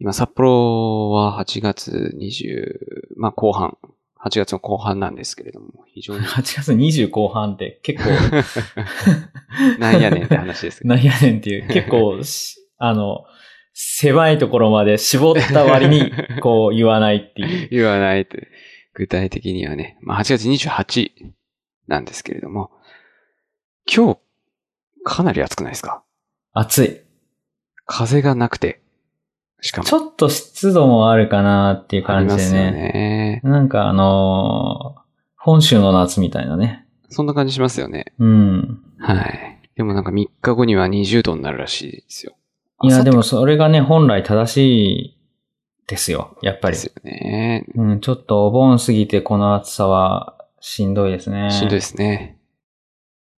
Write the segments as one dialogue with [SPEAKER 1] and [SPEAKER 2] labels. [SPEAKER 1] 今、札幌は8月20、まあ後半、8月の後半なんですけれども、非常に
[SPEAKER 2] 8月20後半って結構
[SPEAKER 1] なんやねんって話ですけど。
[SPEAKER 2] なんやねんっていう、結構し、あの、狭いところまで絞った割 に、こう言わないっていう。
[SPEAKER 1] 言わないと。具体的にはね、まあ8月28なんですけれども、今日、かなり暑くないですか
[SPEAKER 2] 暑い。
[SPEAKER 1] 風がなくて、しかも
[SPEAKER 2] ち。ょっと湿度もあるかなっていう
[SPEAKER 1] あり
[SPEAKER 2] 感じ
[SPEAKER 1] ま
[SPEAKER 2] です
[SPEAKER 1] よ
[SPEAKER 2] ね。
[SPEAKER 1] ね。
[SPEAKER 2] なんかあのー本州の夏みたいなね。
[SPEAKER 1] そんな感じしますよね。
[SPEAKER 2] うん。
[SPEAKER 1] はい。でもなんか3日後には20度になるらしいですよ。
[SPEAKER 2] いや、で
[SPEAKER 1] も、
[SPEAKER 2] もそれがね、本来正しいですよ。やっぱ
[SPEAKER 1] で
[SPEAKER 2] り。
[SPEAKER 1] すよね。
[SPEAKER 2] うん、ちょっとお盆過ぎてこの暑さはしんどいですね。
[SPEAKER 1] しんどいですね。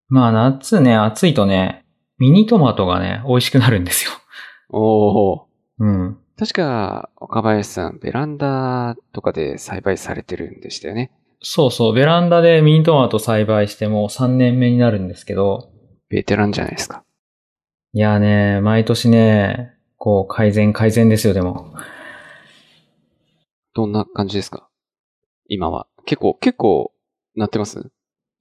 [SPEAKER 2] まあ夏ね、暑いとね、ミニトマトがね、美味しくなるんですよ。
[SPEAKER 1] おー。
[SPEAKER 2] うん。
[SPEAKER 1] 確か、岡林さん、ベランダとかで栽培されてるんでしたよね。
[SPEAKER 2] そうそう、ベランダでミニトマト栽培してもう3年目になるんですけど、
[SPEAKER 1] ベテランじゃないですか。
[SPEAKER 2] いやね、毎年ね、こう改善改善ですよ、でも。
[SPEAKER 1] どんな感じですか今は。結構、結構、なってます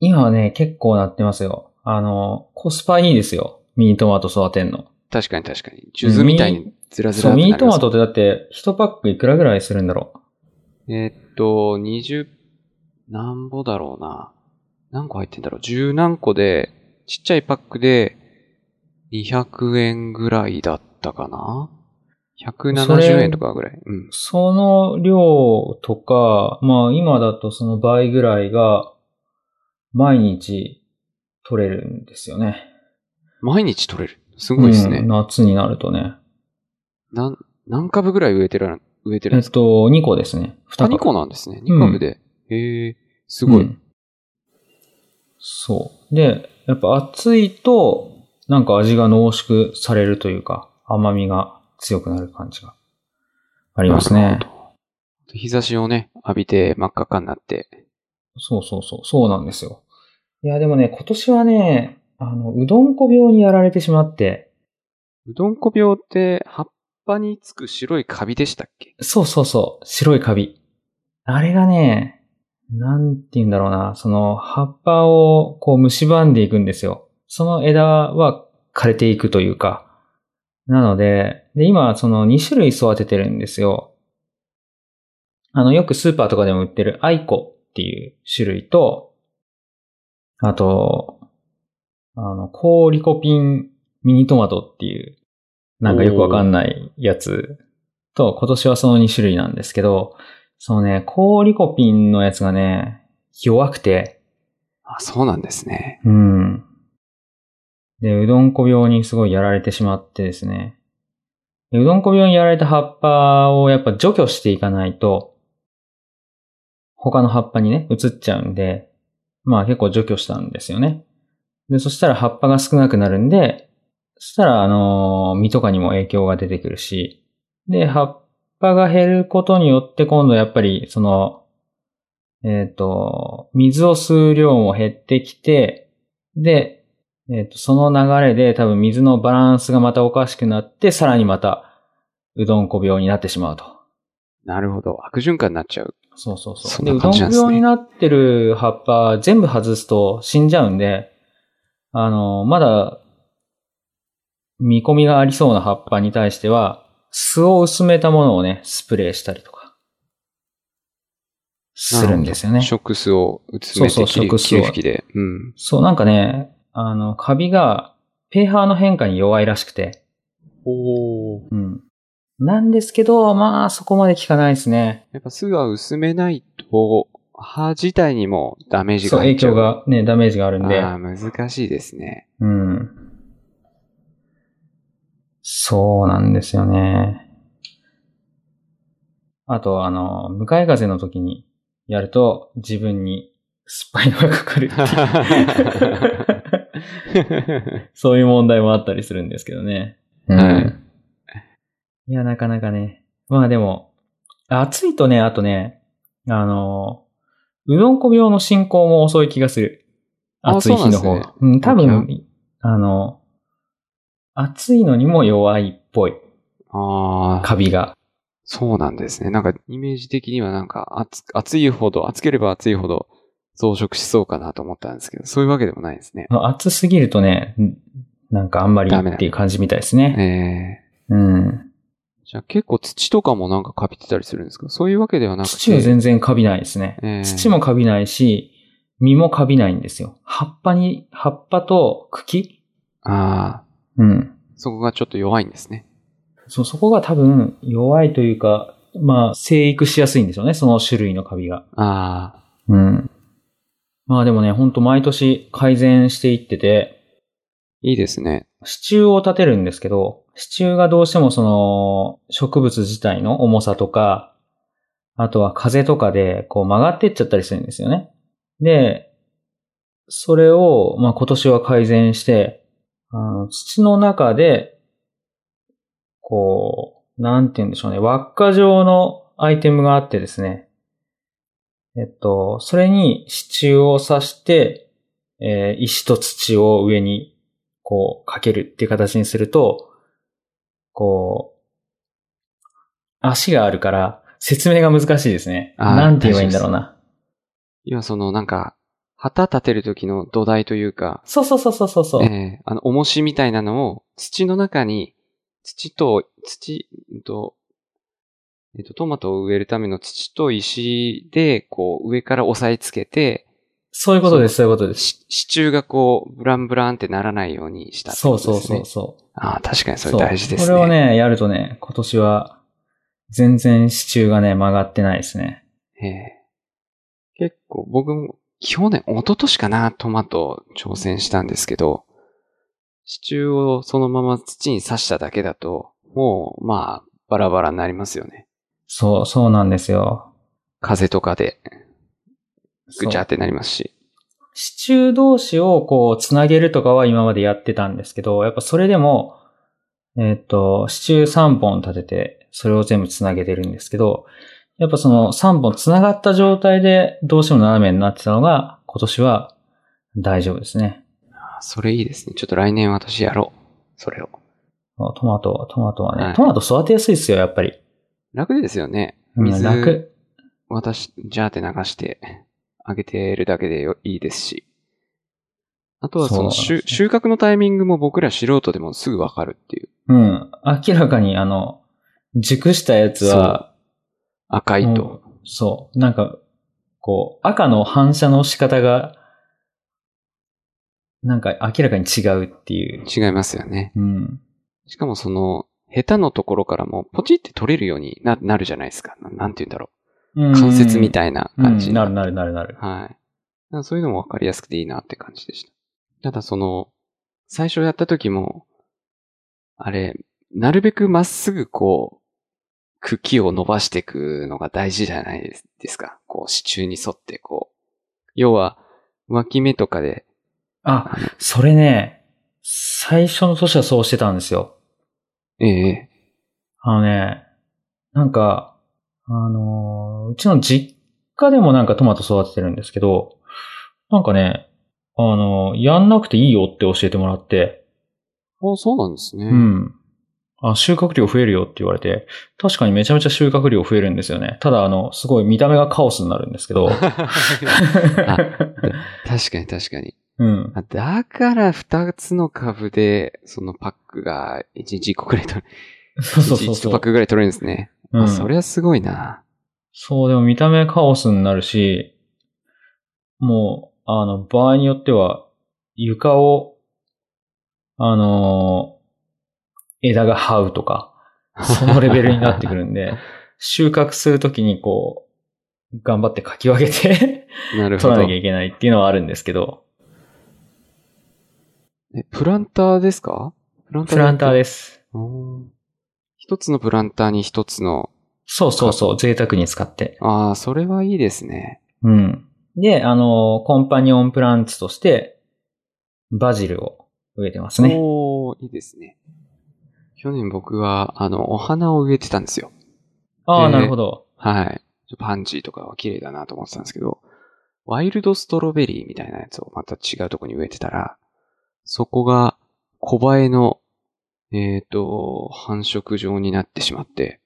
[SPEAKER 2] 今はね、結構なってますよ。あの、コスパいいですよ。ミニトマト育てんの。
[SPEAKER 1] 確かに確かに。数珠みたいにずらず
[SPEAKER 2] そ
[SPEAKER 1] らって
[SPEAKER 2] う、ミ
[SPEAKER 1] なり
[SPEAKER 2] ニト
[SPEAKER 1] ま
[SPEAKER 2] マ
[SPEAKER 1] す
[SPEAKER 2] トってだって、1パックいくらぐらいするんだろう
[SPEAKER 1] えーっと、20、なんぼだろうな。何個入ってんだろう。10何個で、ちっちゃいパックで、200円ぐらいだったかな
[SPEAKER 2] そ
[SPEAKER 1] ?170
[SPEAKER 2] れ
[SPEAKER 1] 円とかぐらい。うん。
[SPEAKER 2] その量とか、まあ今だとその倍ぐらいが毎日取れるんですよね。
[SPEAKER 1] 毎日取れる。すごいですね。
[SPEAKER 2] うん夏になるとね。
[SPEAKER 1] なん、何株ぐらい植えてる、植えてる
[SPEAKER 2] え
[SPEAKER 1] んで
[SPEAKER 2] っ
[SPEAKER 1] すか、
[SPEAKER 2] と、2個ですね。2
[SPEAKER 1] あ、
[SPEAKER 2] 株。
[SPEAKER 1] 2個なんですね。2株で。へえ、すごい。
[SPEAKER 2] うんそう。で、やっぱ暑いと、なんか味が濃縮されるというか、甘みが強くなる感じがあ
[SPEAKER 1] あ
[SPEAKER 2] りますね。
[SPEAKER 1] 日差しをね、浴びて真っ赤っかになって。
[SPEAKER 2] そうそうそう、そうなんですよ。いや、でもね、今年はね、あの、うどんこ病にやられてしまって、
[SPEAKER 1] うどんこ病って葉っぱにつく白いカビでしたっけ
[SPEAKER 2] そうそうそう、白いカビ。あれがね、なんて言うんだろうな、その葉っぱをこう蝕んでいくんですよ。その枝は枯れていくというか。なので、で、今その2種類育ててるんですよ。あの、よくスーパーとかでも売ってるアイコっていう種類と、あと、あの、コーリコピンミニトマトっていう、なんかよくわかんないやつと、今年はその2種類なんですけど、そのね、コーリコピンのやつがね、弱くて、
[SPEAKER 1] あ、そうなんですね。
[SPEAKER 2] うん。で、うどんこ病にすごいやられてしまってですね。でうどんこ病にやられた葉っぱをやっぱ除去していかないと、他の葉っぱにね、移っちゃうんで、まあ結構除去したんですよね。で、そしたら葉っぱが少なくなるんで、そしたら、あのー実とかにも影響が出てくるし、で、葉っぱが減ることによって今度やっぱり、その、えっ、と、水を吸う量も減ってきて、で、えっ、と、その流れで多分水のバランスがまたおかしくなって、さらにまた、うどんこ病になってしまうと。
[SPEAKER 1] なるほど。悪循環になっちゃう。
[SPEAKER 2] そうそうそう。
[SPEAKER 1] そん
[SPEAKER 2] で
[SPEAKER 1] な
[SPEAKER 2] うど
[SPEAKER 1] 感
[SPEAKER 2] ん
[SPEAKER 1] じなんですね
[SPEAKER 2] 病になってる葉っぱ全部外すと死んじゃうんで、あの、まだ見込みがありそうな葉っぱに対しては、巣を薄めたものをね、スプレーしたりとか、するんですよね。
[SPEAKER 1] 食酢をうつめて
[SPEAKER 2] そうそう
[SPEAKER 1] 霧
[SPEAKER 2] 食酢を
[SPEAKER 1] 霧吹きで。うん。
[SPEAKER 2] そう、なんかね、あの、カビが pH の変化に弱いらしくて、
[SPEAKER 1] おお。
[SPEAKER 2] うん。なんですけど、まあ、そこまで効かないですね。
[SPEAKER 1] やっぱ酢は薄めないと、歯自体にもダメージ
[SPEAKER 2] そう、
[SPEAKER 1] が入
[SPEAKER 2] 影
[SPEAKER 1] っちゃう。
[SPEAKER 2] 響がね、ダメージがあるんで。
[SPEAKER 1] ああ、難しいです ね。
[SPEAKER 2] うん。そうなんですよね。あと、あの、向かい風の時にやると自分に酸っぱいのがかかるっていうそういう問題もあったりするんですけどね。うん
[SPEAKER 1] はい
[SPEAKER 2] いや、なかなかね。まあでも、暑いとね、あとね、あの、うどんこ病の進行も遅い気がする。
[SPEAKER 1] あ
[SPEAKER 2] 暑い日の
[SPEAKER 1] そうな
[SPEAKER 2] 方
[SPEAKER 1] んです
[SPEAKER 2] が。うん、多
[SPEAKER 1] そうなん
[SPEAKER 2] 分、あの、暑いのにも弱いっぽい、
[SPEAKER 1] ああ、
[SPEAKER 2] カビが。
[SPEAKER 1] そうなんですね。なんか、イメージ的にはなんか、熱、熱いほど、熱ければ熱いほど増殖しそうかなと思ったんですけど、そういうわけでもないんですね。
[SPEAKER 2] 暑すぎるとね、なんかあんまり
[SPEAKER 1] ダメだ
[SPEAKER 2] っていう感じみたいですね。
[SPEAKER 1] ええ
[SPEAKER 2] うん。
[SPEAKER 1] じゃあ結構土とかもなんかカビてたりするんですかそういうわけではなくて。
[SPEAKER 2] 土は全然カビないですね。
[SPEAKER 1] ええ
[SPEAKER 2] 土もカビないし、実もカビないんですよ。葉っぱに、葉っぱと茎
[SPEAKER 1] ああ、
[SPEAKER 2] うん。
[SPEAKER 1] そこがちょっと弱いんですね。
[SPEAKER 2] そう、そこが多分弱いというか、まあ、生育しやすいんでしょうね。その種類のカビが。
[SPEAKER 1] ああ、
[SPEAKER 2] うん。まあでもね、ほんと毎年改善していってて、
[SPEAKER 1] いいですね。
[SPEAKER 2] 支柱を立てるんですけど、支柱がどうしてもその植物自体の重さとか、あとは風とかでこう曲がってっちゃったりするんですよね。で、それを、まあ、今年は改善して、あの土の中で、こう、なんて言うんでしょうね、輪っか状のアイテムがあってですね。えっと、それに支柱を刺して、えー石と土を上にこう、かけるっていう形にすると、こう、足があるから、説明が難しいですね。
[SPEAKER 1] あー
[SPEAKER 2] なんて言えばいいんだろうな。
[SPEAKER 1] 今そのなんか、旗立てる時の土台というか、
[SPEAKER 2] そうそうそうそうそうそう。
[SPEAKER 1] ええあの、重しみたいなのを土の中に、土と、土、うんと、えっと、トマトを植えるための土と石で、こう、上から押さえつけて、
[SPEAKER 2] そういうことです、そういうことです。
[SPEAKER 1] し支柱がこう、ブランブランってならないようにしたって
[SPEAKER 2] そ
[SPEAKER 1] こ
[SPEAKER 2] う
[SPEAKER 1] と
[SPEAKER 2] そ
[SPEAKER 1] で
[SPEAKER 2] う
[SPEAKER 1] すね。
[SPEAKER 2] そうそう。
[SPEAKER 1] ああ、確かにそれ大事ですね。
[SPEAKER 2] そうこれをね、やるとね、今年は、全然支柱がね、曲がってないですね。
[SPEAKER 1] ええ結構僕も去年、一昨年かな、トマト挑戦したんですけど、支柱をそのまま土に刺しただけだと、もう、まあ、バラバラになりますよね。
[SPEAKER 2] そう、そうなんですよ。
[SPEAKER 1] 風とかで、
[SPEAKER 2] そう
[SPEAKER 1] ぐちゃってなりますし。
[SPEAKER 2] 支柱同士をこう、つなげるとかは今までやってたんですけど、やっぱそれでも、えっ、と、支柱3本立てて、それを全部つなげてるんですけど、やっぱその3本つながった状態でどうしても斜めになってたのが、今年は大丈夫ですね。
[SPEAKER 1] あそれいいですね。ちょっと来年私やろう。それを。
[SPEAKER 2] トマト、トマトはね、
[SPEAKER 1] はい
[SPEAKER 2] トマト育てやすいですよ、やっぱり。
[SPEAKER 1] 楽ですよね。
[SPEAKER 2] うん
[SPEAKER 1] 水、
[SPEAKER 2] 楽。
[SPEAKER 1] 私、ジャーって流して、あげてるだけでよいいですし。あとはその
[SPEAKER 2] そう
[SPEAKER 1] 収収穫のタイミングも僕ら素人でもすぐわかるっていう。
[SPEAKER 2] うん。明らかにあの、熟したやつは、
[SPEAKER 1] 赤いと。
[SPEAKER 2] そう。なんか、こう、赤の反射の仕方が、なんか明らかに違うっていう。
[SPEAKER 1] 違いますよね。
[SPEAKER 2] うん。
[SPEAKER 1] しかもその、下手のところからもポチって取れるようにななるじゃないですか。ななんて言うんだろう。関節み
[SPEAKER 2] い
[SPEAKER 1] たいな感じに
[SPEAKER 2] なるなるなるなる。
[SPEAKER 1] はい。だからそういうのもわかりやすくていいなって感じでした。ただその、最初やった時も、あれ、なるべくまっすぐこう、茎を伸ばしていくのが大事じゃないですですか。こう、支柱に沿ってこう。要は、脇芽とかで、
[SPEAKER 2] あ、それね、最初の年はそうしてたんですよ。
[SPEAKER 1] ええ
[SPEAKER 2] あのね、なんか、あのーうちの実家でもなんかトマト育ててるんですけど、なんかね、あのーやんなくていいよって教えてもらって、
[SPEAKER 1] あそうなんですね。
[SPEAKER 2] うん。 あ、収穫量増えるよって言われて、確かにめちゃめちゃ収穫量増えるんですよね。ただ、あの、すごい見た目がカオスになるんです けど。
[SPEAKER 1] 確かに確かに。
[SPEAKER 2] うん。
[SPEAKER 1] あだから二つの株で、そのパックが一日一個くらい取る。
[SPEAKER 2] そうそ
[SPEAKER 1] 一
[SPEAKER 2] うそ
[SPEAKER 1] 日
[SPEAKER 2] う
[SPEAKER 1] 一
[SPEAKER 2] そ
[SPEAKER 1] パッ
[SPEAKER 2] う。
[SPEAKER 1] クぐらい取れるんですね。
[SPEAKER 2] う
[SPEAKER 1] あ
[SPEAKER 2] ん、
[SPEAKER 1] そりゃすごいな。
[SPEAKER 2] そう、でも見た目カオスになるし、もう、あの、場合によっては、床を、あのー枝が這う とか、そのレベルになってくるんで、収穫するときにこう、頑張ってかき分けて
[SPEAKER 1] なるほ
[SPEAKER 2] 取ら
[SPEAKER 1] ど
[SPEAKER 2] なき。ゃいけないっていうのはあるんですけど、
[SPEAKER 1] えプランターですかプラン
[SPEAKER 2] プランター
[SPEAKER 1] す。
[SPEAKER 2] です。
[SPEAKER 1] おー一つのプランターに一つの。
[SPEAKER 2] そうそうそう、贅沢に使って。
[SPEAKER 1] ああ、それはいいですね。
[SPEAKER 2] うん。で、あの、コンパニオンプランツとして、バジルを植えてますね。
[SPEAKER 1] おーいいですね。去年僕は、あの、お花を植えてたんですよ。
[SPEAKER 2] ああ、
[SPEAKER 1] で
[SPEAKER 2] なるほど。
[SPEAKER 1] はい。パンジーとかは綺麗だなと思ってたんですけど、ワイルドストロベリーみたいなやつをまた違うとこに植えてたら、そこが小映えの、えっ、と、繁殖場になってしまって、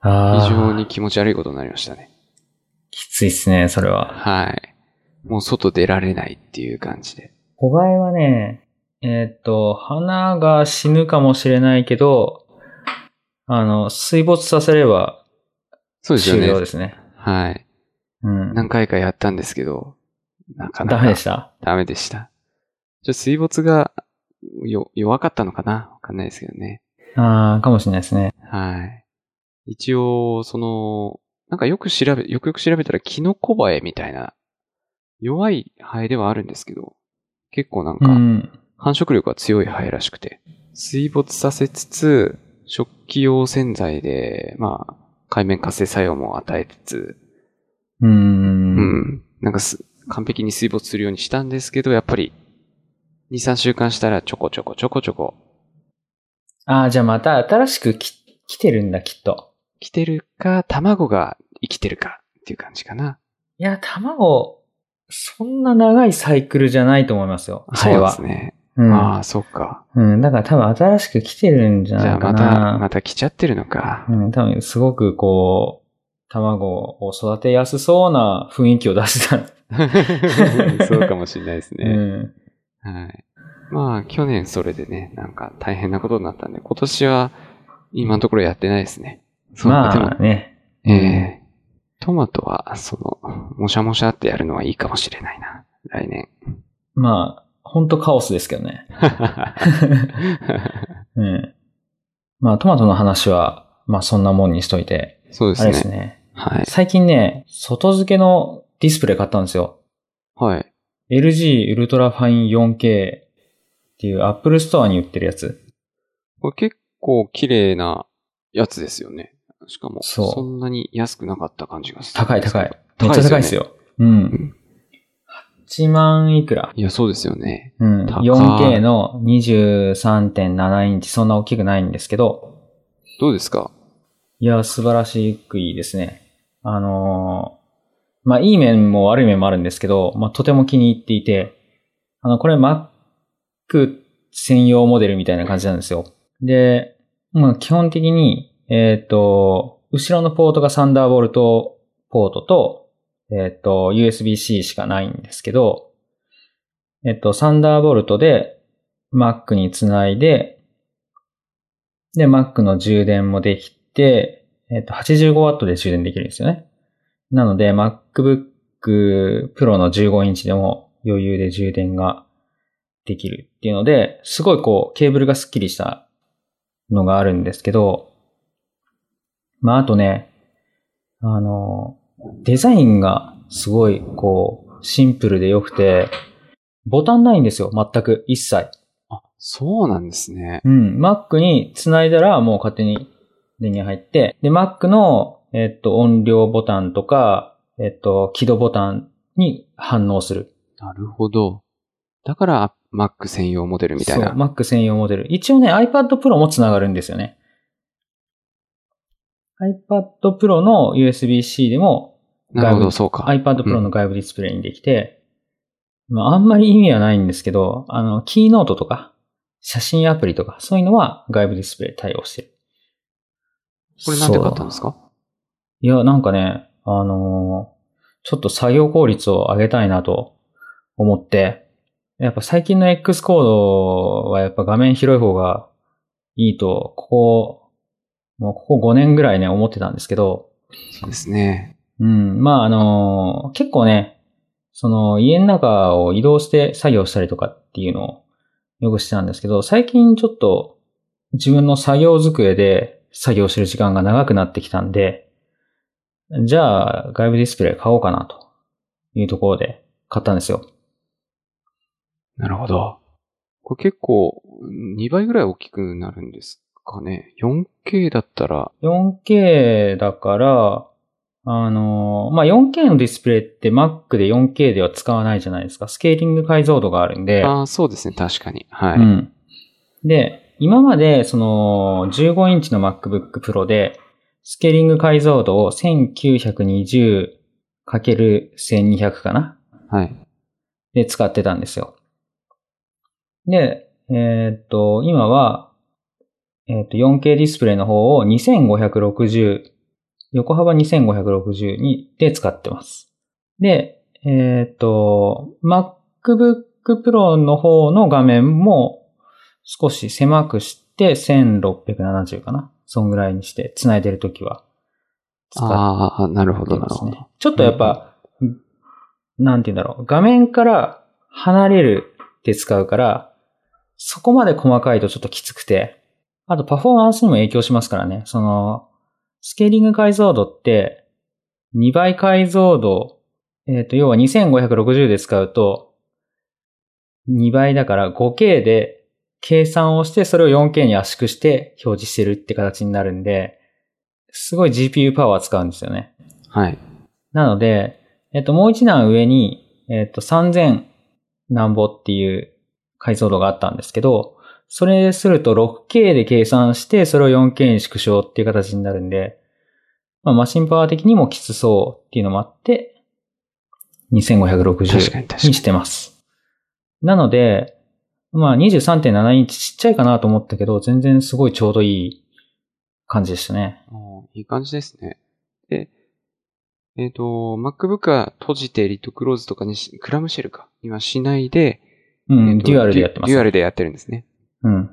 [SPEAKER 2] ああ。
[SPEAKER 1] 非常に。気持ち悪いことになりましたね。
[SPEAKER 2] きついっすね、それは。
[SPEAKER 1] はい。もう外出られないっていう感じで。
[SPEAKER 2] 小ガエはね、えーっと、花が死ぬかもしれないけど、あの、水没させれば
[SPEAKER 1] そうですよ
[SPEAKER 2] 終了
[SPEAKER 1] ね。
[SPEAKER 2] ですね。
[SPEAKER 1] はい。
[SPEAKER 2] うん。
[SPEAKER 1] 何回かやったんですけど、なかなか
[SPEAKER 2] ダメでした。
[SPEAKER 1] ダメでした。ちょっと水没がよ弱かったのかなわかんないですけどね。
[SPEAKER 2] ああ、かもしれないですね。
[SPEAKER 1] はい。一応、その、なんかよく調べ、よくよく調べたらキノコバエみたいな、弱いハエではあるんですけど、結構なん
[SPEAKER 2] う
[SPEAKER 1] か、
[SPEAKER 2] ん。
[SPEAKER 1] 繁殖力が強いハエらしくて、水没させつつ、食器用洗剤で、まあ、海面活性作用も与えつつ、
[SPEAKER 2] う。
[SPEAKER 1] うんん、なんかす、完璧に水没するようにしたんですけど、やっぱり、2、3週間したらちょこちょこちょこちょこ
[SPEAKER 2] ああ、じゃあまた新しくき来てるんだ、きっと。
[SPEAKER 1] 来てるか、卵が生きてるかっていう感じかな。
[SPEAKER 2] いや、卵、そんな長いサイクルじゃないと思いますよ。
[SPEAKER 1] そうです
[SPEAKER 2] ね。
[SPEAKER 1] ね。
[SPEAKER 2] うん。
[SPEAKER 1] ああ、そっか。
[SPEAKER 2] うん、だから多分新しく来てるんじゃ
[SPEAKER 1] じ
[SPEAKER 2] な
[SPEAKER 1] ゃあ
[SPEAKER 2] い
[SPEAKER 1] ま
[SPEAKER 2] かな。
[SPEAKER 1] た、また来ちゃってるのか。
[SPEAKER 2] うん、多分すごくこう、卵を育てやすそうな雰囲気を出した。
[SPEAKER 1] そうかもしれないですね。
[SPEAKER 2] うん。
[SPEAKER 1] はい。まあ、去年それでね、なんか大変なことになったんで、今年は今のところやってないですね。そう、
[SPEAKER 2] ま
[SPEAKER 1] でも
[SPEAKER 2] あ、ね。
[SPEAKER 1] えー、トマトは、その、もしゃもしゃってやるのはいいかもしれないな。来 年。
[SPEAKER 2] まあ、ほんとカオスですけどね。うん。まあ、トマトの話は、まあそんなもんにしといて。
[SPEAKER 1] そうで
[SPEAKER 2] あ
[SPEAKER 1] す
[SPEAKER 2] れ
[SPEAKER 1] ね。
[SPEAKER 2] ですね。
[SPEAKER 1] はい。
[SPEAKER 2] 最近ね、外付けのディスプレイ買ったんですよ。
[SPEAKER 1] はい。
[SPEAKER 2] LG ウルトラファイン 4K っていう Apple Store に売ってるやつ。
[SPEAKER 1] これ結構綺麗なやつですよね。しかも、
[SPEAKER 2] そう
[SPEAKER 1] そんなに安くなかった感じがする。
[SPEAKER 2] 高い高い。。めっちゃ高いですよ。うん。8万いくら
[SPEAKER 1] いや、そうですよね。
[SPEAKER 2] うん。
[SPEAKER 1] 高い
[SPEAKER 2] 4K の23.7インチ、そんな大きくないんですけど、
[SPEAKER 1] どうですか
[SPEAKER 2] いや、素晴らしくいいですね。あのーまあ、いい面も悪い面もあるんですけど、まあ、とても気に入っていて、あの、これ Mac 専用モデルみたいな感じなんですよ。で、まあ、基本的に、えっ、と、後ろのポートがサンダーボルトポートと、えっ、と、USB-C しかないんですけど、えっ、と、サンダーボルトで Mac につないで、で、Mac の充電もできて、えっ、と、85W で充電できるんですよね。なので、MacBook Pro の15インチでも余裕で充電ができるっていうので、すごいこう、ケーブルがスッキリしたのがあるんですけど、まあ、あとね、あの、デザインがすごいこう、シンプルで良くて、ボタンないんですよ、全く、一切。
[SPEAKER 1] あ、そうなんですね。
[SPEAKER 2] うん。Mac に繋いだらもう勝手に電源入って、で、Mac の、えっと、音量ボタンとか、えっと、起動ボタンに反応する。
[SPEAKER 1] なるほど。だから、Mac 専用モデルみたいな。
[SPEAKER 2] そう、Mac 専用モデル。一応ね、iPad Pro も繋がるんですよね。iPad Pro の USB-C でも
[SPEAKER 1] なるほ
[SPEAKER 2] 外
[SPEAKER 1] ど、
[SPEAKER 2] 部
[SPEAKER 1] そうか。
[SPEAKER 2] iPad Pro の外部ディスプレイにできて、まあ、あんまり意味はないんですけど、あの、キーノートとか、写真アプリとか、そういうのは外部ディスプレイ対応してる。
[SPEAKER 1] これなんで買ったんです
[SPEAKER 2] か
[SPEAKER 1] か
[SPEAKER 2] いや、なんかね、あのーちょっと作業効率を上げたいなと思って、やっぱ最近の X コードはやっぱ画面広い方がいいと、ここ、もうここ5年ぐらいね、思ってたんですけど、
[SPEAKER 1] そうですね。
[SPEAKER 2] うん。まあ、あの、結構ね、その、家の中を移動して作業したりとかっていうのをよくしてたんですけど、最近ちょっと自分の作業机で作業してる時間が長くなってきたんで、じゃあ、外部ディスプレイ買おうかなというところで買ったんですよ。
[SPEAKER 1] なるほど。これ結構、2倍ぐらい大きくなるんですかね。4K だったら、
[SPEAKER 2] 4K だから、あの、まあ、4K のディスプレイって Mac で 4K では使わないじゃないですか。スケーリング解像度があるんで。
[SPEAKER 1] ああ、そうですね、確かに。はい。
[SPEAKER 2] うん。で、今まで、その、15インチの MacBook Pro で、スケーリング解像度を 1920×1200 かな
[SPEAKER 1] はい。
[SPEAKER 2] で使ってたんですよ。で、えーっと、今は、えーっと、4K ディスプレイの方を 2560× 横幅2562で使ってます。で、えーっと、MacBook Pro の方の画面も少し狭くして1670かなそんぐらいにして繋いでるときは使っ
[SPEAKER 1] ああ、なるほど、なるほど。
[SPEAKER 2] ね。ちょっとやっぱ、なんて言うんだろう。画面から離れるって使うから、そこまで細かいとちょっときつくて、あとパフォーマンスにも影響しますからね。その、スケーリング解像度って、2倍解像度、えっ、と、要は2560で使うと、2倍だから 5K で計算をして、それを 4K に圧縮して表示してるって形になるんで、すごい GPU パワー使うんですよね。
[SPEAKER 1] はい。
[SPEAKER 2] なので、えっと、もう一段上に、えっと、3000何ぼっていう解像度があったんですけど、それすると 6K で計算して、それを 4K に縮小っていう形になるんで、まあ、マシンパワー的にもきつそうっていうのもあって、
[SPEAKER 1] 確かに確か
[SPEAKER 2] 2560
[SPEAKER 1] に
[SPEAKER 2] にしてます。なので、まあ23.7インチちっちゃいかなと思ったけど、全然すごいちょうどいい感じでしたね。
[SPEAKER 1] おーいい感じですね。で、えっ、と、MacBook は閉じてリットクローズとかにし、クラムシェルか。今しないで、
[SPEAKER 2] うん、
[SPEAKER 1] えーと
[SPEAKER 2] デュアルでやってます、
[SPEAKER 1] デュアルでやってるんですね。
[SPEAKER 2] うん。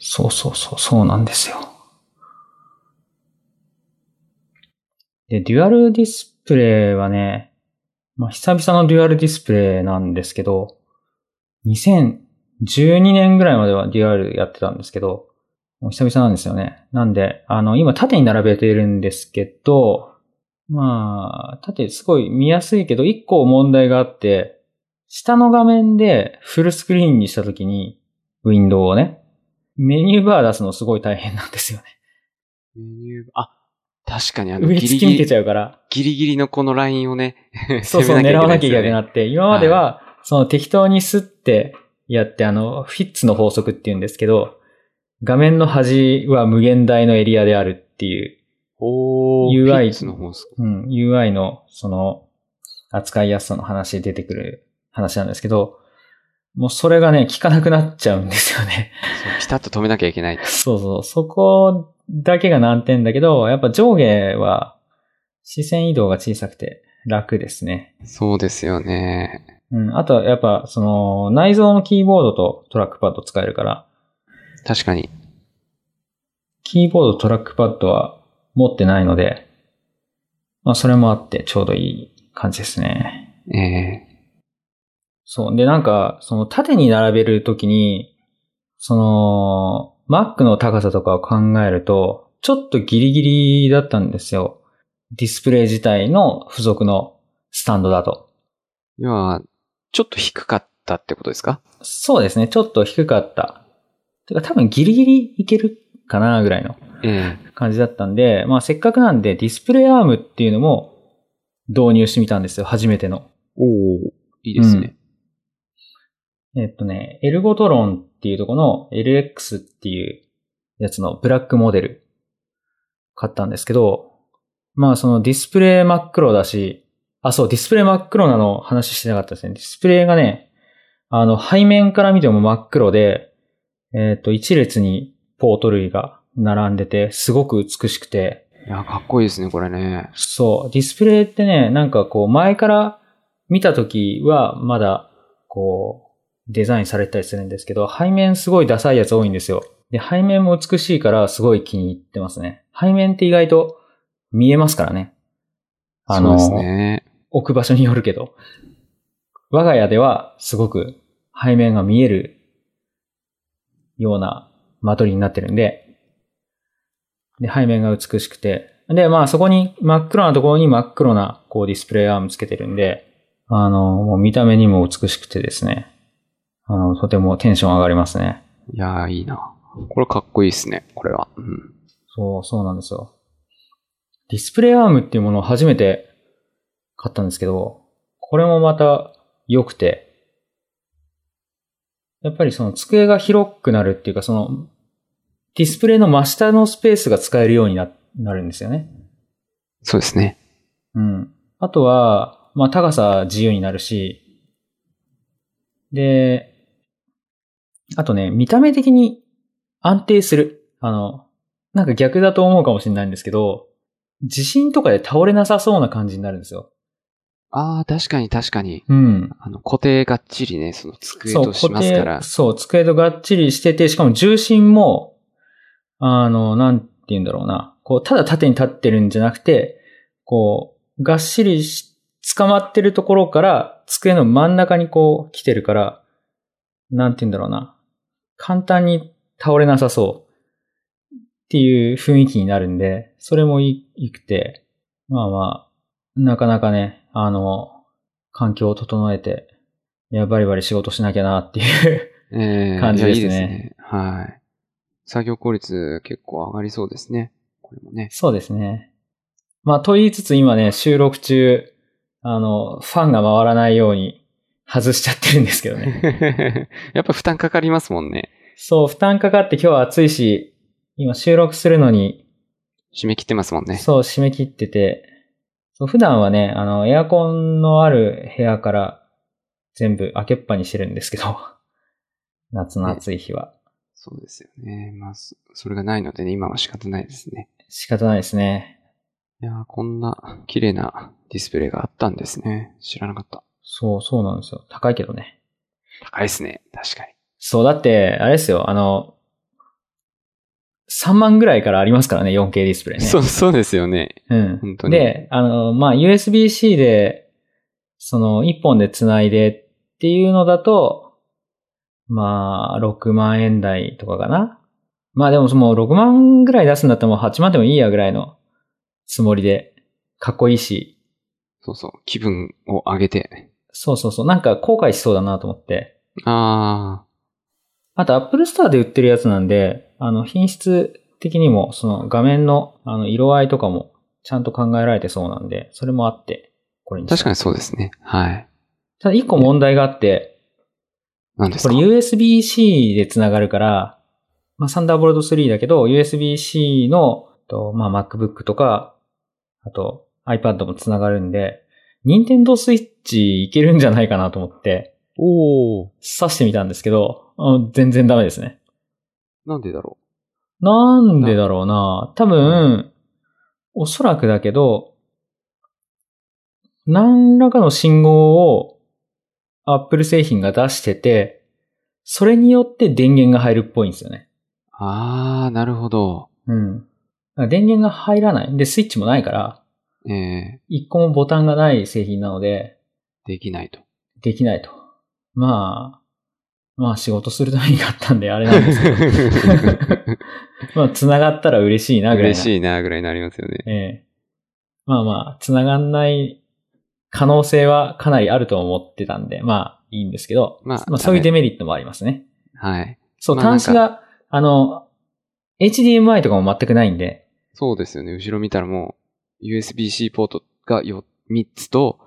[SPEAKER 2] そうそうそう、そうなんですよ。で、デュアルディスプレイはね、まあ、久々のデュアルディスプレイなんですけど、2012年ぐらいまではデュアルやってたんですけど、もう久々なんですよね。なんで、あの、今縦に並べてるんですけど、まあ、縦すごい見やすいけど、一個問題があって、下の画面でフルスクリーンにしたときに、ウィンドウをね、メニューバー出すのすごい大変なんですよね。
[SPEAKER 1] メニュー、あ、確かにあの、
[SPEAKER 2] 上
[SPEAKER 1] ギリ
[SPEAKER 2] 突
[SPEAKER 1] ギ
[SPEAKER 2] き抜け
[SPEAKER 1] リ
[SPEAKER 2] ち、ゃうから、
[SPEAKER 1] ギリギリのこのラインをね、
[SPEAKER 2] そうそう、狙わなきゃいけなくな
[SPEAKER 1] っ
[SPEAKER 2] って、今までは、その適当にスってやって、あの、フィッツの法則って言うんですけど、画面の端は無限大のエリアであるっていう、
[SPEAKER 1] おー、ピ
[SPEAKER 2] UI
[SPEAKER 1] ッツの方ですか
[SPEAKER 2] うん、UI のその扱いやすさの話で出てくる話なんですけど、もうそれがね、効かなくなっちゃうんですよね。
[SPEAKER 1] そうピタッと止めなきゃいけない。
[SPEAKER 2] そうそう、そこだけが難点だけど、やっぱ上下は視線移動が小さくて楽ですね。
[SPEAKER 1] そうですよね。
[SPEAKER 2] うん、あとはやっぱその内蔵のキーボードとトラックパッド使えるから、
[SPEAKER 1] 確かに。
[SPEAKER 2] キーボードトラックパッドは持ってないので、まあそれもあってちょうどいい感じですね。
[SPEAKER 1] え
[SPEAKER 2] そう。で、なんか、その縦に並べるときに、その、Mac の高さとかを考えると、ちょっとギリギリだったんですよ。ディスプレイ自体の付属のスタンドだと。
[SPEAKER 1] ー、要は、ちょっと低かったってことですか
[SPEAKER 2] そうですね。ちょっと低かった。てか多分ギリギリいけるかなぐらいの
[SPEAKER 1] え
[SPEAKER 2] 感じだったんで、まあせっかくなんでディスプレイアームっていうのも導入してみたんですよ。初めての。
[SPEAKER 1] ー、おー、いいですね。
[SPEAKER 2] えっとね、エルゴトロンっていうとこの LX っていうやつのブラックモデル買ったんですけど、まあそのディスプレイ真っ黒だし、あ、そう、ディスプレイ真っ黒なの話してなかったですね。ディスプレイがね、あの背面から見ても真っ黒で、えっ、と、一列にポート類が並んでて、すごく美しくて、
[SPEAKER 1] いや、かっこいいですね、これね。
[SPEAKER 2] そう。ディスプレイってね、なんかこう、前から見た時は、まだ、こう、デザインされてたりするんですけど、背面すごいダサいやつ多いんですよ。で、背面も美しいから、すごい気に入ってますね。背面って意外と見えますからね。あの、
[SPEAKER 1] そうですね。
[SPEAKER 2] 置く場所によるけど。我が家では、すごく背面が見えるような間取りになってるんで、で、背面が美しくて、で、まあそこに真っ黒なところに真っ黒なこうディスプレイアームつけてるんで、あの、もう見た目にも美しくてですね、あの、とてもテンション上がりますね。
[SPEAKER 1] いやー、いいな。これかっこいいですね、これは。うん。
[SPEAKER 2] そう、そうなんですよ。ディスプレイアームっていうものを初めて買ったんですけど、これもまた良くて、やっぱりその机が広くなるっていうか、そのディスプレイの真下のスペースが使えるようにななるんですよね。
[SPEAKER 1] そうですね。
[SPEAKER 2] うん。あとは、まあ、高さ自由になるし、で、あとね、見た目的に安定する。あの、なんか逆だと思うかもしれないんですけど、地震とかで倒れなさそうな感じになるんですよ。
[SPEAKER 1] ああ、確かに確かに。
[SPEAKER 2] うん。
[SPEAKER 1] あの、固定がっちりね、その机としますから。
[SPEAKER 2] そう、机とがっちりしてて、しかも重心も、あの、なんて言うんだろうな。こう、ただ縦に立ってるんじゃなくて、こう、がっしりし、捕まってるところから、机の真ん中にこう、来てるから、なんて言うんだろうな。簡単に倒れなさそう。っていう雰囲気になるんで、それもいい、いいくて、まあまあ、なかなかね、あの、環境を整えて、いや、バリバリ仕事しなきゃなっていう。
[SPEAKER 1] ええ
[SPEAKER 2] 感じ
[SPEAKER 1] いや
[SPEAKER 2] ですね
[SPEAKER 1] いいですね。はい。作業効率結構上がりそうですね。これもね。
[SPEAKER 2] そうですね。まあ、と言いつつ今ね、収録中、あの、ファンが回らないように外しちゃってるんですけど ね。
[SPEAKER 1] やっぱ負担かかりますもんね。
[SPEAKER 2] そう、負担かかって今日は暑いし、今収録するのに、
[SPEAKER 1] 締め切ってますもんね。
[SPEAKER 2] そう、締め切ってて、そう普段はね、あの、エアコンのある部屋から全部開けっぱにしてるんですけど、 夏の暑い日は。
[SPEAKER 1] そうですよね。まあ、そそれがないのでね、今は仕方ないですね。
[SPEAKER 2] 仕方ないですね。
[SPEAKER 1] いやーこんな綺麗なディスプレイがあったんですね。知らなかった。
[SPEAKER 2] そう、そうなんですよ。高いけどね。
[SPEAKER 1] 高いですね。確かに。
[SPEAKER 2] そう、だって、あれですよ、あの、3万ぐらいからありますからね、4K ディスプレイね。
[SPEAKER 1] そう、そうですよね。
[SPEAKER 2] うん。
[SPEAKER 1] 本当に
[SPEAKER 2] で、あの、まあ、USB-C で、その、1本で繋いでっていうのだと、まあ、6万円台とかかな。まあでも、もう6万ぐらい出すんだったらもう8万でもいいやぐらいのつもりで、かっこいいし、
[SPEAKER 1] そうそう。気分を上げて。
[SPEAKER 2] そうそうそう、なんか後悔しそうだなと思って。
[SPEAKER 1] あ
[SPEAKER 2] あと Apple Store で売ってるやつなんで、あの、品質的にも、その画面の、あの、色合いとかも、ちゃんと考えられてそうなんで、それもあって、これ
[SPEAKER 1] ー
[SPEAKER 2] に
[SPEAKER 1] 確か
[SPEAKER 2] に。
[SPEAKER 1] にそうですね。はい。
[SPEAKER 2] ただ、一個問題があって、
[SPEAKER 1] なんです
[SPEAKER 2] こ
[SPEAKER 1] か
[SPEAKER 2] れ USB-C で繋がるから、まあ、サンダーボルト3だけど、USB-C の、とまあ、MacBook とか、あと iPad も繋がるんで、Nintendo Switch いけるんじゃないかなと思って、
[SPEAKER 1] おお。
[SPEAKER 2] 挿してみたんですけど、あの全然ダメですね。
[SPEAKER 1] なんでだろ
[SPEAKER 2] なんでだろうな。多分、おそらくだけど、何らかの信号を Apple 製品が出してて、それによって電源が入るっぽいんですよね。
[SPEAKER 1] う。ああ、なるほど。
[SPEAKER 2] うん。だから電源が入らない。で、スイッチもないから、
[SPEAKER 1] ええ
[SPEAKER 2] 一個もボタンがない製品なので、
[SPEAKER 1] ー、できない と。
[SPEAKER 2] できないと。まあ、まあ仕事するために買ったんであれなんですけど。 まあ繋がったら嬉しいなぐらいな。
[SPEAKER 1] 嬉しいな、ぐらいになりますよね。
[SPEAKER 2] ええ。まあまあ、繋がんない可能性はかなりあると思ってたんで、まあいいんですけど、
[SPEAKER 1] まあ
[SPEAKER 2] まあそういうデメリットもありますね。
[SPEAKER 1] はい。
[SPEAKER 2] そう、
[SPEAKER 1] まあなんか
[SPEAKER 2] 端子が、あの、HDMI とかも全くないんで、
[SPEAKER 1] そうですよね。後ろ見たらもう、USB-C ポートがよ3つと、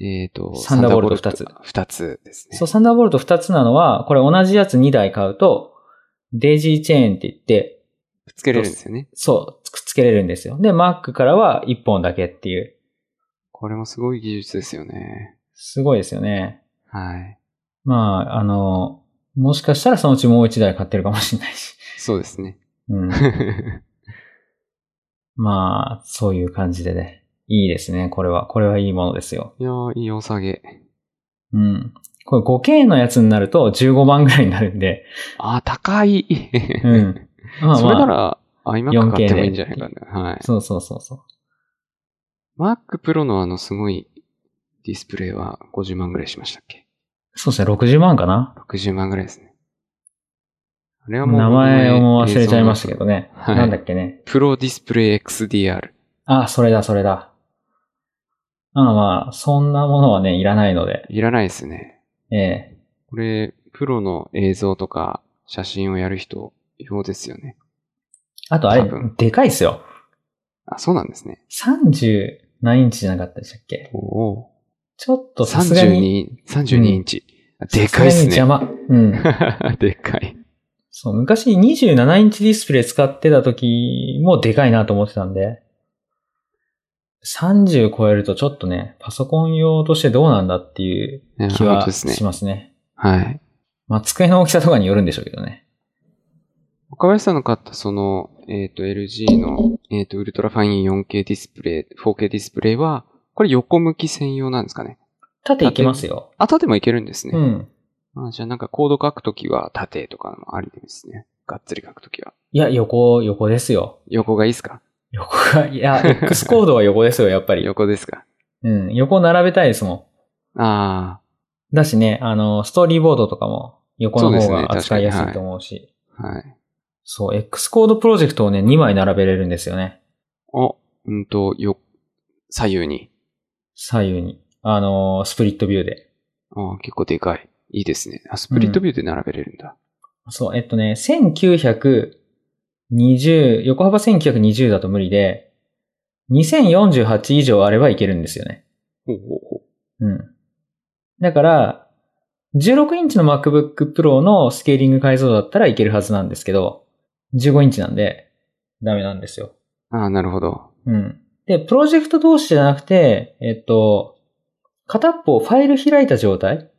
[SPEAKER 1] えっ、と、
[SPEAKER 2] サンダーボルト
[SPEAKER 1] サンダーボルト2つですね。
[SPEAKER 2] そう、サンダーボルト2つなのは、これ同じやつ2台買うと、デイジーチェーンって言って、
[SPEAKER 1] くっつけれるんですよね。
[SPEAKER 2] そう、くっつけれるんですよ。で、Mac からは1本だけっていう。
[SPEAKER 1] これもすごい技術ですよね。
[SPEAKER 2] すごいですよね。
[SPEAKER 1] はい。
[SPEAKER 2] まあ、あの、もしかしたらそのうちもう1台買ってるかもしれないし。
[SPEAKER 1] そうですね。
[SPEAKER 2] うん。まあ、そういう感じでね。いいですね、これは。これはいいものですよ。
[SPEAKER 1] いやー、いいお下げ。
[SPEAKER 2] うん。これ 5K のやつになると15万ぐらいになるんで。
[SPEAKER 1] あー、高い。
[SPEAKER 2] うん。まあ
[SPEAKER 1] それな
[SPEAKER 2] まあ。
[SPEAKER 1] ら、iMac 買ってもいいんじゃないかな。はい。
[SPEAKER 2] そうそうそうそう。
[SPEAKER 1] Mac Pro のあのすごいディスプレイは50万ぐらいしましたっけ
[SPEAKER 2] そうですね、60万かな
[SPEAKER 1] ?60 万ぐらいですね。あれはもう。
[SPEAKER 2] 名前をもう忘れちゃいましたけ
[SPEAKER 1] ど。
[SPEAKER 2] どね。
[SPEAKER 1] はい
[SPEAKER 2] なんだっけね。
[SPEAKER 1] プロディスプレイ XDR。
[SPEAKER 2] あ、それだ、それだ。まあまあ、そんなものはね、いらないので。
[SPEAKER 1] いらないですね。
[SPEAKER 2] ええ
[SPEAKER 1] これ、プロの映像とか写真をやる人用ですよね。
[SPEAKER 2] あとあれ
[SPEAKER 1] 多分、
[SPEAKER 2] でかいっすよ。
[SPEAKER 1] あ、そうなんですね。
[SPEAKER 2] 30何インチじゃなかったでしたっけ
[SPEAKER 1] おお
[SPEAKER 2] ちょっとさすがに。
[SPEAKER 1] 32、32インチ。あでかいっす
[SPEAKER 2] さすが
[SPEAKER 1] ね。
[SPEAKER 2] に邪魔。うん。
[SPEAKER 1] でかい。
[SPEAKER 2] そう、昔27インチディスプレイ使ってた時もでかいなと思ってたんで、30超えるとちょっとね、パソコン用としてどうなんだっていう
[SPEAKER 1] ね
[SPEAKER 2] 気
[SPEAKER 1] 本当
[SPEAKER 2] は
[SPEAKER 1] ですね
[SPEAKER 2] しますね。
[SPEAKER 1] はい。
[SPEAKER 2] まあ、机の大きさとかによるんでしょうけどね。
[SPEAKER 1] 岡林さんの買ったそのえっ、と、LG の、えっ、と、ウルトラファイン 4K ディスプレイ、4K ディスプレイは、これ横向き専用なんですかね。
[SPEAKER 2] 縦いけますよ。
[SPEAKER 1] あ、縦もいけるんですね。
[SPEAKER 2] うん。
[SPEAKER 1] あじゃあなんかコード書くときは縦とかもありですね。がっつり書くときは。
[SPEAKER 2] いや、横、横ですよ。
[SPEAKER 1] 横がいいですか
[SPEAKER 2] 横が、いや、X コードは横ですよ、やっぱ り。
[SPEAKER 1] 横ですか
[SPEAKER 2] うん。横並べたいですも
[SPEAKER 1] あ
[SPEAKER 2] ん。だしね、あの、ストーリーボードとかも横の方
[SPEAKER 1] そうですね
[SPEAKER 2] が扱いやすいと思うし。
[SPEAKER 1] あ、はい。
[SPEAKER 2] そう、X コードプロジェクトをね、2枚並べれるんですよね。
[SPEAKER 1] お、うんと、よ、左右に。
[SPEAKER 2] 左右に。あの、スプリットビューで。
[SPEAKER 1] ああ結構でかい。いいですね。あ、スプリットビューで並べれるんだ。
[SPEAKER 2] そう、えっとね、1920、横幅1920だと無理で、2048以上あればいけるんですよね。
[SPEAKER 1] ほうほうほう。
[SPEAKER 2] うん。だから、16インチの MacBook Pro のスケーリング解像度だったらいけるはずなんですけど、15インチなんで、ダメなんですよ。
[SPEAKER 1] ああ、なるほど。
[SPEAKER 2] うん。で、プロジェクト同士じゃなくて、えっと、片っぽファイル開いた状態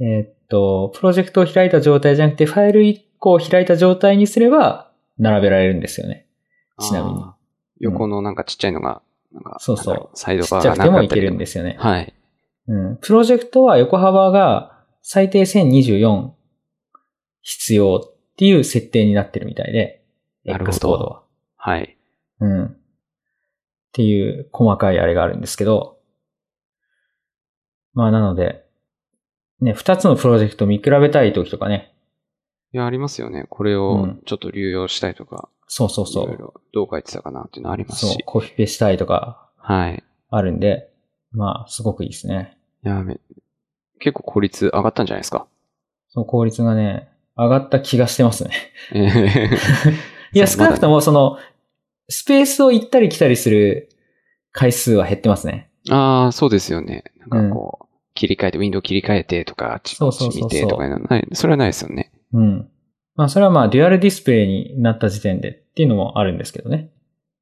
[SPEAKER 2] えっと、プロジェクトを開いた状態じゃなくて、ファイル1個を開いた状態にすれば、並べられるんですよね。ちなみに
[SPEAKER 1] ああ。横のなんかちっちゃいのが、なんか、
[SPEAKER 2] そうそ
[SPEAKER 1] な
[SPEAKER 2] う
[SPEAKER 1] んだろサイド
[SPEAKER 2] ち
[SPEAKER 1] バ
[SPEAKER 2] っ
[SPEAKER 1] ー
[SPEAKER 2] ちゃ
[SPEAKER 1] が
[SPEAKER 2] くてもい
[SPEAKER 1] った
[SPEAKER 2] け
[SPEAKER 1] り
[SPEAKER 2] るんですよね。
[SPEAKER 1] はい。
[SPEAKER 2] うん。プロジェクトは横幅が最低1024必要っていう設定になってるみたいで、
[SPEAKER 1] なるほど
[SPEAKER 2] X コードは。
[SPEAKER 1] はい。
[SPEAKER 2] うん。っていう細かいあれがあるんですけど、まあなので、ね、二つのプロジェクトを見比べたい時とかね、
[SPEAKER 1] いや、ありますよね。これ
[SPEAKER 2] う
[SPEAKER 1] を
[SPEAKER 2] ん
[SPEAKER 1] ちょっと流用したいとか、
[SPEAKER 2] そうそうそ、
[SPEAKER 1] いろいうろどう書いてたかなっていうのあります
[SPEAKER 2] そう
[SPEAKER 1] し、。
[SPEAKER 2] コピペしたいとか
[SPEAKER 1] はい。
[SPEAKER 2] あるんで、まあすごくいいですね。
[SPEAKER 1] いや、め結構効率上がったんじゃないですか。
[SPEAKER 2] そう、効率がね、上がった気がしてますね。
[SPEAKER 1] えへへ
[SPEAKER 2] いや、
[SPEAKER 1] そう
[SPEAKER 2] 少
[SPEAKER 1] まだ
[SPEAKER 2] なくとも、その、スペースを行ったり来たりする回数は減ってますね。
[SPEAKER 1] ああ、そうですよね。なんかこう、切り替えて、ウィンドウ切り替えてとか、あっち
[SPEAKER 2] そ
[SPEAKER 1] こ
[SPEAKER 2] う
[SPEAKER 1] っち
[SPEAKER 2] そうそうそう
[SPEAKER 1] 見てとかいうのない。それはないですよね。
[SPEAKER 2] うん。まあ、それはまあ、デュアルディスプレイになった時点でっていうのもあるんですけどね。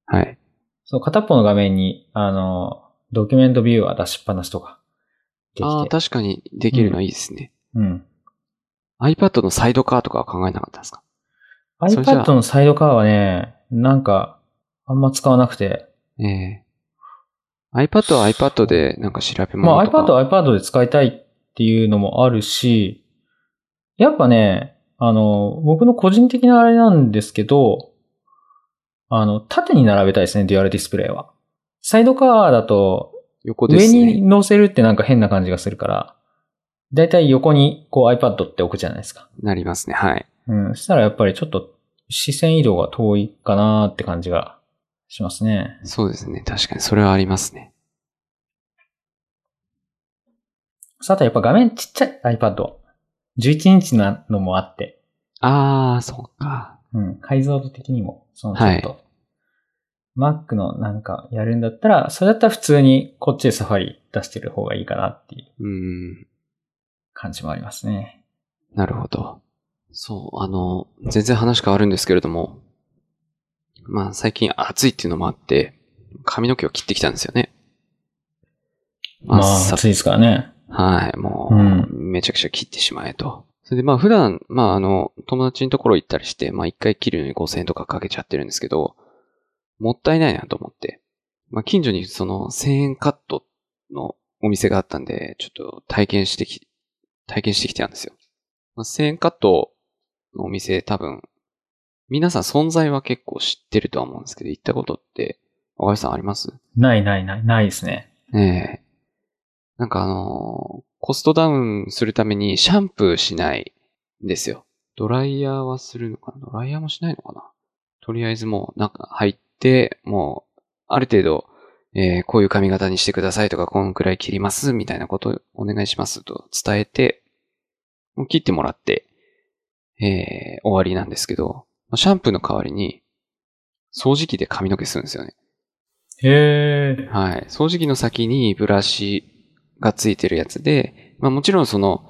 [SPEAKER 1] はい。
[SPEAKER 2] そう、片っぽの画面に、あの、ドキュメントビューは出しっぱなしとか、で
[SPEAKER 1] ああ、
[SPEAKER 2] きて。
[SPEAKER 1] 確かにできるのはいいですね。
[SPEAKER 2] うん。
[SPEAKER 1] iPad のサイドカーとかは考えなかったんですかそれじゃあ
[SPEAKER 2] iPad のサイドカーはね、なんか、あんま使わなくて。
[SPEAKER 1] ええ iPad は iPad でなんか調べ
[SPEAKER 2] ま
[SPEAKER 1] 物
[SPEAKER 2] あ、
[SPEAKER 1] とか。
[SPEAKER 2] iPad は iPad で使いたいっていうのもあるし、やっぱね、あの、僕の個人的なあれなんですけど、あの、縦に並べたいですね、デュアルディスプレイは。サイドカーだと、
[SPEAKER 1] 横で
[SPEAKER 2] 上
[SPEAKER 1] すね。
[SPEAKER 2] に乗せるってなんか変な感じがするから、だいたい横にこう iPad って置くじゃないですか。
[SPEAKER 1] なりますね。はい。
[SPEAKER 2] うん、そしたらやっぱりちょっと視線移動が遠いかなって感じがしますね。
[SPEAKER 1] そうですね。確かに、それはありますね。
[SPEAKER 2] さてやっぱ画面ちっちゃい iPad。11インチなのもあって、
[SPEAKER 1] ああ、そうか。
[SPEAKER 2] うん、解像度的にも、そのちょっと。Mac のなんかやるんだったら、それだったら普通にこっちでサファリ出してる方がいいかなっていう
[SPEAKER 1] うん。
[SPEAKER 2] 感じもありますね。
[SPEAKER 1] なるほど。そう、あの、全然話変わるんですけれども、まあ最近暑いっていうのもあって、髪の毛を切ってきたんですよね。
[SPEAKER 2] まあ、
[SPEAKER 1] さ
[SPEAKER 2] 暑いですからね。
[SPEAKER 1] はい、もう、
[SPEAKER 2] うん
[SPEAKER 1] めちゃくちゃ切ってしまえと。それでまあ普段、まああの、友達のところ行ったりして、まあ一回切るのに5000円とかかけちゃってるんですけど、もったいないなと思って。まあ近所にその1000円カットのお店があったんで、ちょっと体験してき、体験してきたんですよ。まあ、1000円カットのお店多分、皆さん存在は結構知ってるとは思うんですけど、行ったことって、小林さんあります
[SPEAKER 2] ないないない、ないですね。
[SPEAKER 1] ええなんかあのーコストダウンするためにシャンプーしないんですよ。ドライヤーはするのかなドライヤーもしないのかなとりあえずもう中入って、もうある程度、えーこういう髪型にしてくださいとか、このくらい切りますみたいなことをお願いしますと伝えて、もう切ってもらって、えー終わりなんですけど、シャンプーの代わりに掃除機で髪の毛するんですよね。
[SPEAKER 2] へえ。
[SPEAKER 1] はい。掃除機の先にブラシがついてるやつで、まあもちろんその、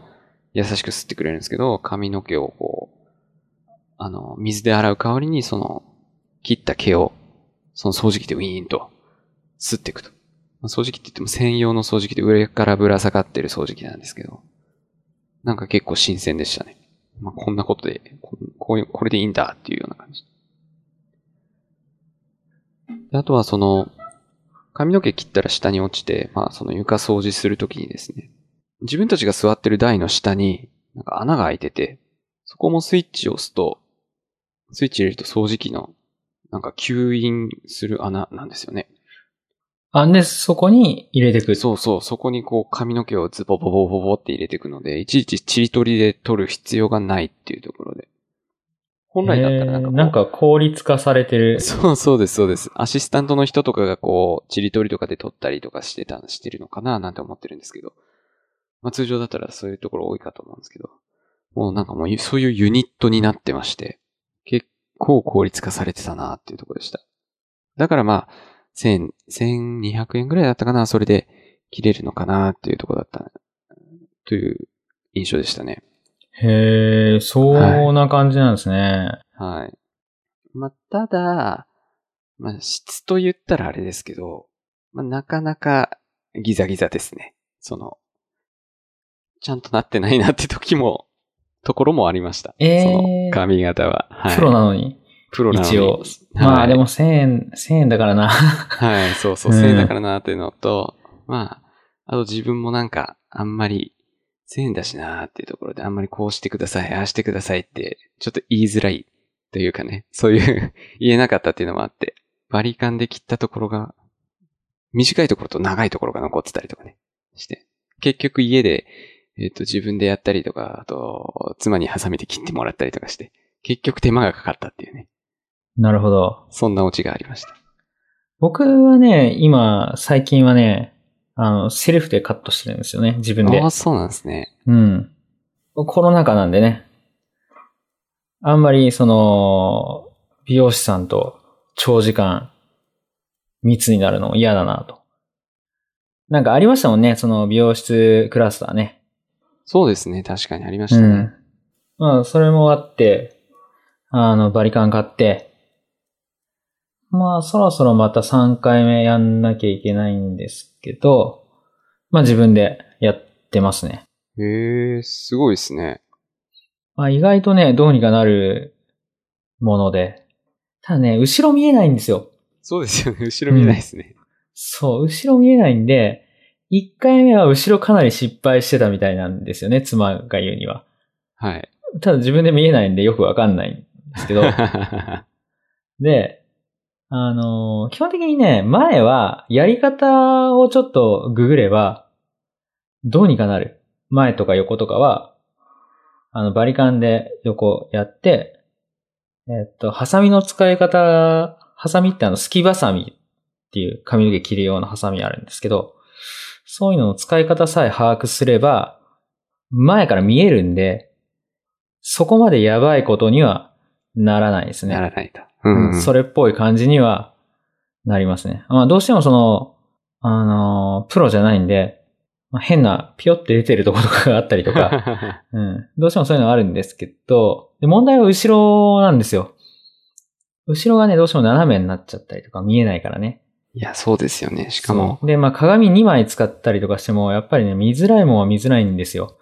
[SPEAKER 1] 優しく吸ってくれるんですけど、髪の毛をこう、あの、水で洗う代わりにその、切った毛を、その掃除機でウィーンと、吸っていくと。まあ掃除機って言っても専用の掃除機で上からぶら下がってる掃除機なんですけど、なんか結構新鮮でしたね。まあこんなことで、ここういうこれでいいんだっていうような感じ。であとはその、髪の毛切ったら下に落ちて、まあその床掃除するときにですね、自分たちが座ってる台の下に、なんか穴が開いてて、そこもスイッチを押すと、スイッチ入れると掃除機の、なんか吸引する穴なんですよね。
[SPEAKER 2] あ、で、そこに入れてく。
[SPEAKER 1] そうそう、そこにこう髪の毛をズボボボボボって入れていくので、いちいちちりとりで取る必要がないっていうところで。本来だったらなんかこ
[SPEAKER 2] え
[SPEAKER 1] う
[SPEAKER 2] ーなんか効率化されてる。
[SPEAKER 1] そうそうです、そうです。アシスタントの人とかがこう、ちりとりとかで撮ったりとかしてた、してるのかななんて思ってるんですけど。まあ通常だったらそういうところ多いかと思うんですけど。もうなんかもうゆそういうユニットになってまして、結構効率化されてたなっていうところでした。だからまあ、1000、1200円ぐらいだったかなそれで切れるのかなっていうところだった、という印象でしたね。
[SPEAKER 2] へえ、そんな感じなんですね。
[SPEAKER 1] はい。まあ、ただ、まあ、質と言ったらあれですけど、まあ、なかなかギザギザですね。その、ちゃんとなってないなって時も、ところもありました。
[SPEAKER 2] えー
[SPEAKER 1] その髪型は。はい、
[SPEAKER 2] プロなのに。
[SPEAKER 1] プロなのに
[SPEAKER 2] 一
[SPEAKER 1] は
[SPEAKER 2] 応
[SPEAKER 1] い
[SPEAKER 2] まあでも1000円、1000円だからな。
[SPEAKER 1] はい、そうそう、
[SPEAKER 2] うん
[SPEAKER 1] 1000円だからなっていうのと、まあ、あと自分もなんか、あんまり、1000円だしなーっていうところで、あんまりこうしてください、ああしてくださいって、ちょっと言いづらいというかね、そういう 言えなかったっていうのもあって、バリカンで切ったところが、短いところと長いところが残ってたりとかね、して。結局家で、えっ、と、自分でやったりとか、あと、妻にハサミで切ってもらったりとかして、結局手間がかかったっていうね、
[SPEAKER 2] なるほど。
[SPEAKER 1] そんなオチがありました。
[SPEAKER 2] 僕はね、今、最近はね、あの、セルフでカットしてるんですよね、自分で
[SPEAKER 1] ああ、。そうなんですね。
[SPEAKER 2] うん。コロナ禍なんでね。あんまり、その、美容師さんと長時間密になるのも嫌だなと。なんかありましたもんね、その美容室クラスターね。
[SPEAKER 1] そうですね。確かにありましたね。
[SPEAKER 2] うん。まあ、それもあって、あの、バリカン買って、まあ、そろそろまた3回目やんなきゃいけないんですけど、まあ自分でやってますね。
[SPEAKER 1] へえ、すごいですね。
[SPEAKER 2] まあ意外とね、どうにかなるもので。ただね、後ろ見えないんですよ。
[SPEAKER 1] そうです よね。後ろ見ないですね。
[SPEAKER 2] そう、後ろ見えないんで、1回目は後ろかなり失敗してたみたいなんですよね、妻が言うには。
[SPEAKER 1] はい。
[SPEAKER 2] ただ自分で見えないんでよくわかんないんですけど。で、あのー基本的にね、前はやり方をちょっとググれば、どうにかなる。前とか横とかは、あの、バリカンで横やって、えっと、ハサミの使い方、ハサミってあの、すきバサミっていう髪の毛切る用のハサミあるんですけど、そういうのの使い方さえ把握すれば、前から見えるんで、そこまでやばいことにはならないですね。
[SPEAKER 1] ならないと。うん、うん。
[SPEAKER 2] それっぽい感じにはなりますね。まあどうしてもその、あのープロじゃないんで、まあ変なピヨって出てるところとかがあったり とか、
[SPEAKER 1] は
[SPEAKER 2] うん。どうしてもそういうのがあるんですけど、で問題は後ろなんですよ。後ろがね、どうしても斜めになっちゃったりとか見えないからね。
[SPEAKER 1] いや、そうですよね。しかも
[SPEAKER 2] そ。う。で、まあ鏡2枚使ったりとかしても、やっぱりね、見づらいもんは見づらいんですよ。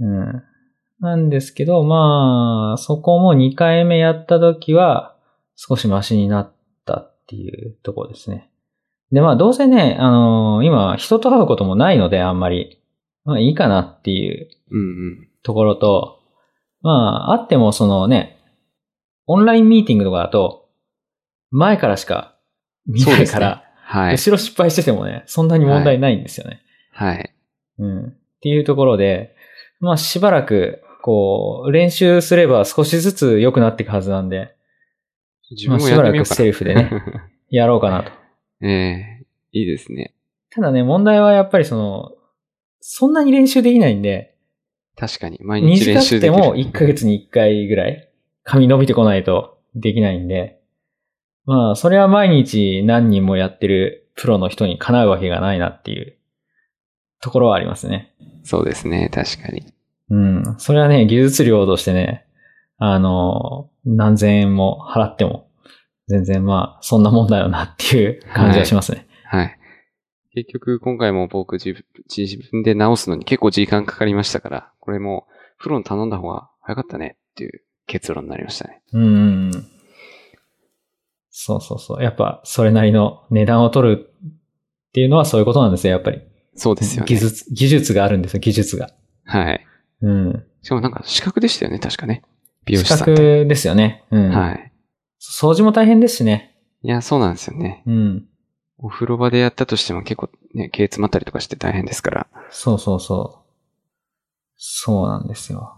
[SPEAKER 2] うん。なんですけど、まあ、そこも2回目やった時は、少しマシになったっていうところですね。で、まあ、どうせね、あのー今、人と会うこともないので、あんまり。まあ、いいかなっていう
[SPEAKER 1] うんうん。
[SPEAKER 2] ところと、まあ、あってもそのね、オンラインミーティングとかだと、前からしか見ないか
[SPEAKER 1] そう
[SPEAKER 2] ら、
[SPEAKER 1] ですねはい。
[SPEAKER 2] 後ろ失敗しててもね、そんなに問題ないんですよね。
[SPEAKER 1] はい。
[SPEAKER 2] うん。っていうところで、まあしばらく、こう、練習すれば少しずつ良くなっていくはずなんで、
[SPEAKER 1] 自分もやってみようかな。
[SPEAKER 2] まあしばらくセルフ でね。やろうかなと。
[SPEAKER 1] ええいいですね。
[SPEAKER 2] ただね、問題はやっぱりその、そんなに練習できないんで、
[SPEAKER 1] 確かに。毎日
[SPEAKER 2] 短
[SPEAKER 1] 練習
[SPEAKER 2] く
[SPEAKER 1] で
[SPEAKER 2] て
[SPEAKER 1] きる。
[SPEAKER 2] も1ヶ月に1回ぐらい、髪伸びてこないとできないんで、まあ、それは毎日何人もやってるプロの人にかなうわけがないなっていうところはありますね。
[SPEAKER 1] そうですね。確かに。
[SPEAKER 2] うん。それはね、技術料としてね、あの、何千円も払っても、全然まあ、そんなもんだよなっていう感じがしますね。
[SPEAKER 1] はい。結局、今回も僕自分、自分で直すのに結構時間かかりましたから、これも、プロに頼んだ方が早かったねっていう結論になりましたね。
[SPEAKER 2] うんうんうん。そうそうそう。やっぱ、それなりの値段を取るっていうのはそういうことなんですよ、やっぱり。
[SPEAKER 1] そうですよ
[SPEAKER 2] 技
[SPEAKER 1] ね。
[SPEAKER 2] 術、技術があるんですよ、技術が。
[SPEAKER 1] はい。
[SPEAKER 2] うん。
[SPEAKER 1] しかもなんか資格でしたよね、確かね。美容
[SPEAKER 2] 資
[SPEAKER 1] 師さんって。
[SPEAKER 2] 格ですよね。うん。
[SPEAKER 1] はい。
[SPEAKER 2] 掃除も大変ですしね。
[SPEAKER 1] いや、そうなんですよね。
[SPEAKER 2] うん。
[SPEAKER 1] お風呂場でやったとしても結構ね、毛詰まったりとかして大変ですから。
[SPEAKER 2] そうそうそう。そうなんですよ。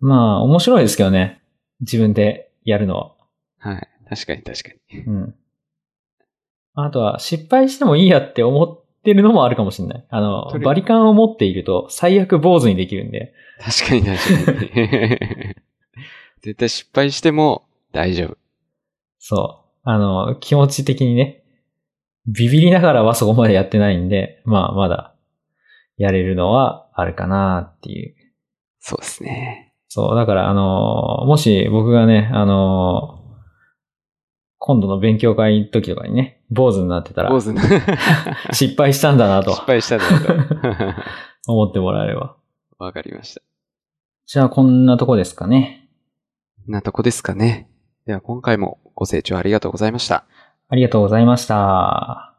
[SPEAKER 2] まあ、面白いですけどね。自分でやるのは。
[SPEAKER 1] はい。確かに確かに。
[SPEAKER 2] うん。あとは、失敗してもいいやって思ってるのもあるかもしれない。あの
[SPEAKER 1] と、り
[SPEAKER 2] バリカンを持っていると最悪坊主にできるんで。
[SPEAKER 1] 確かに確かに。 絶対失敗しても大丈夫。
[SPEAKER 2] そう。あの、気持ち的にね、ビビりながらはそこまでやってないんで、まあ、まだ、やれるのはあるかなっていう。
[SPEAKER 1] そうですね。
[SPEAKER 2] そう、だから、あのー、もし僕がね、あのー、今度の勉強会の時とかにね、坊主になってたら
[SPEAKER 1] 坊、主な失
[SPEAKER 2] 失敗したんだなと
[SPEAKER 1] 敗したんだ
[SPEAKER 2] 思ってもらえれば。
[SPEAKER 1] と。わかりました。
[SPEAKER 2] じゃあ、こんなとこですかね。
[SPEAKER 1] こんなとこですかね。では今回もご清聴ありがとうございました。
[SPEAKER 2] ありがとうございました。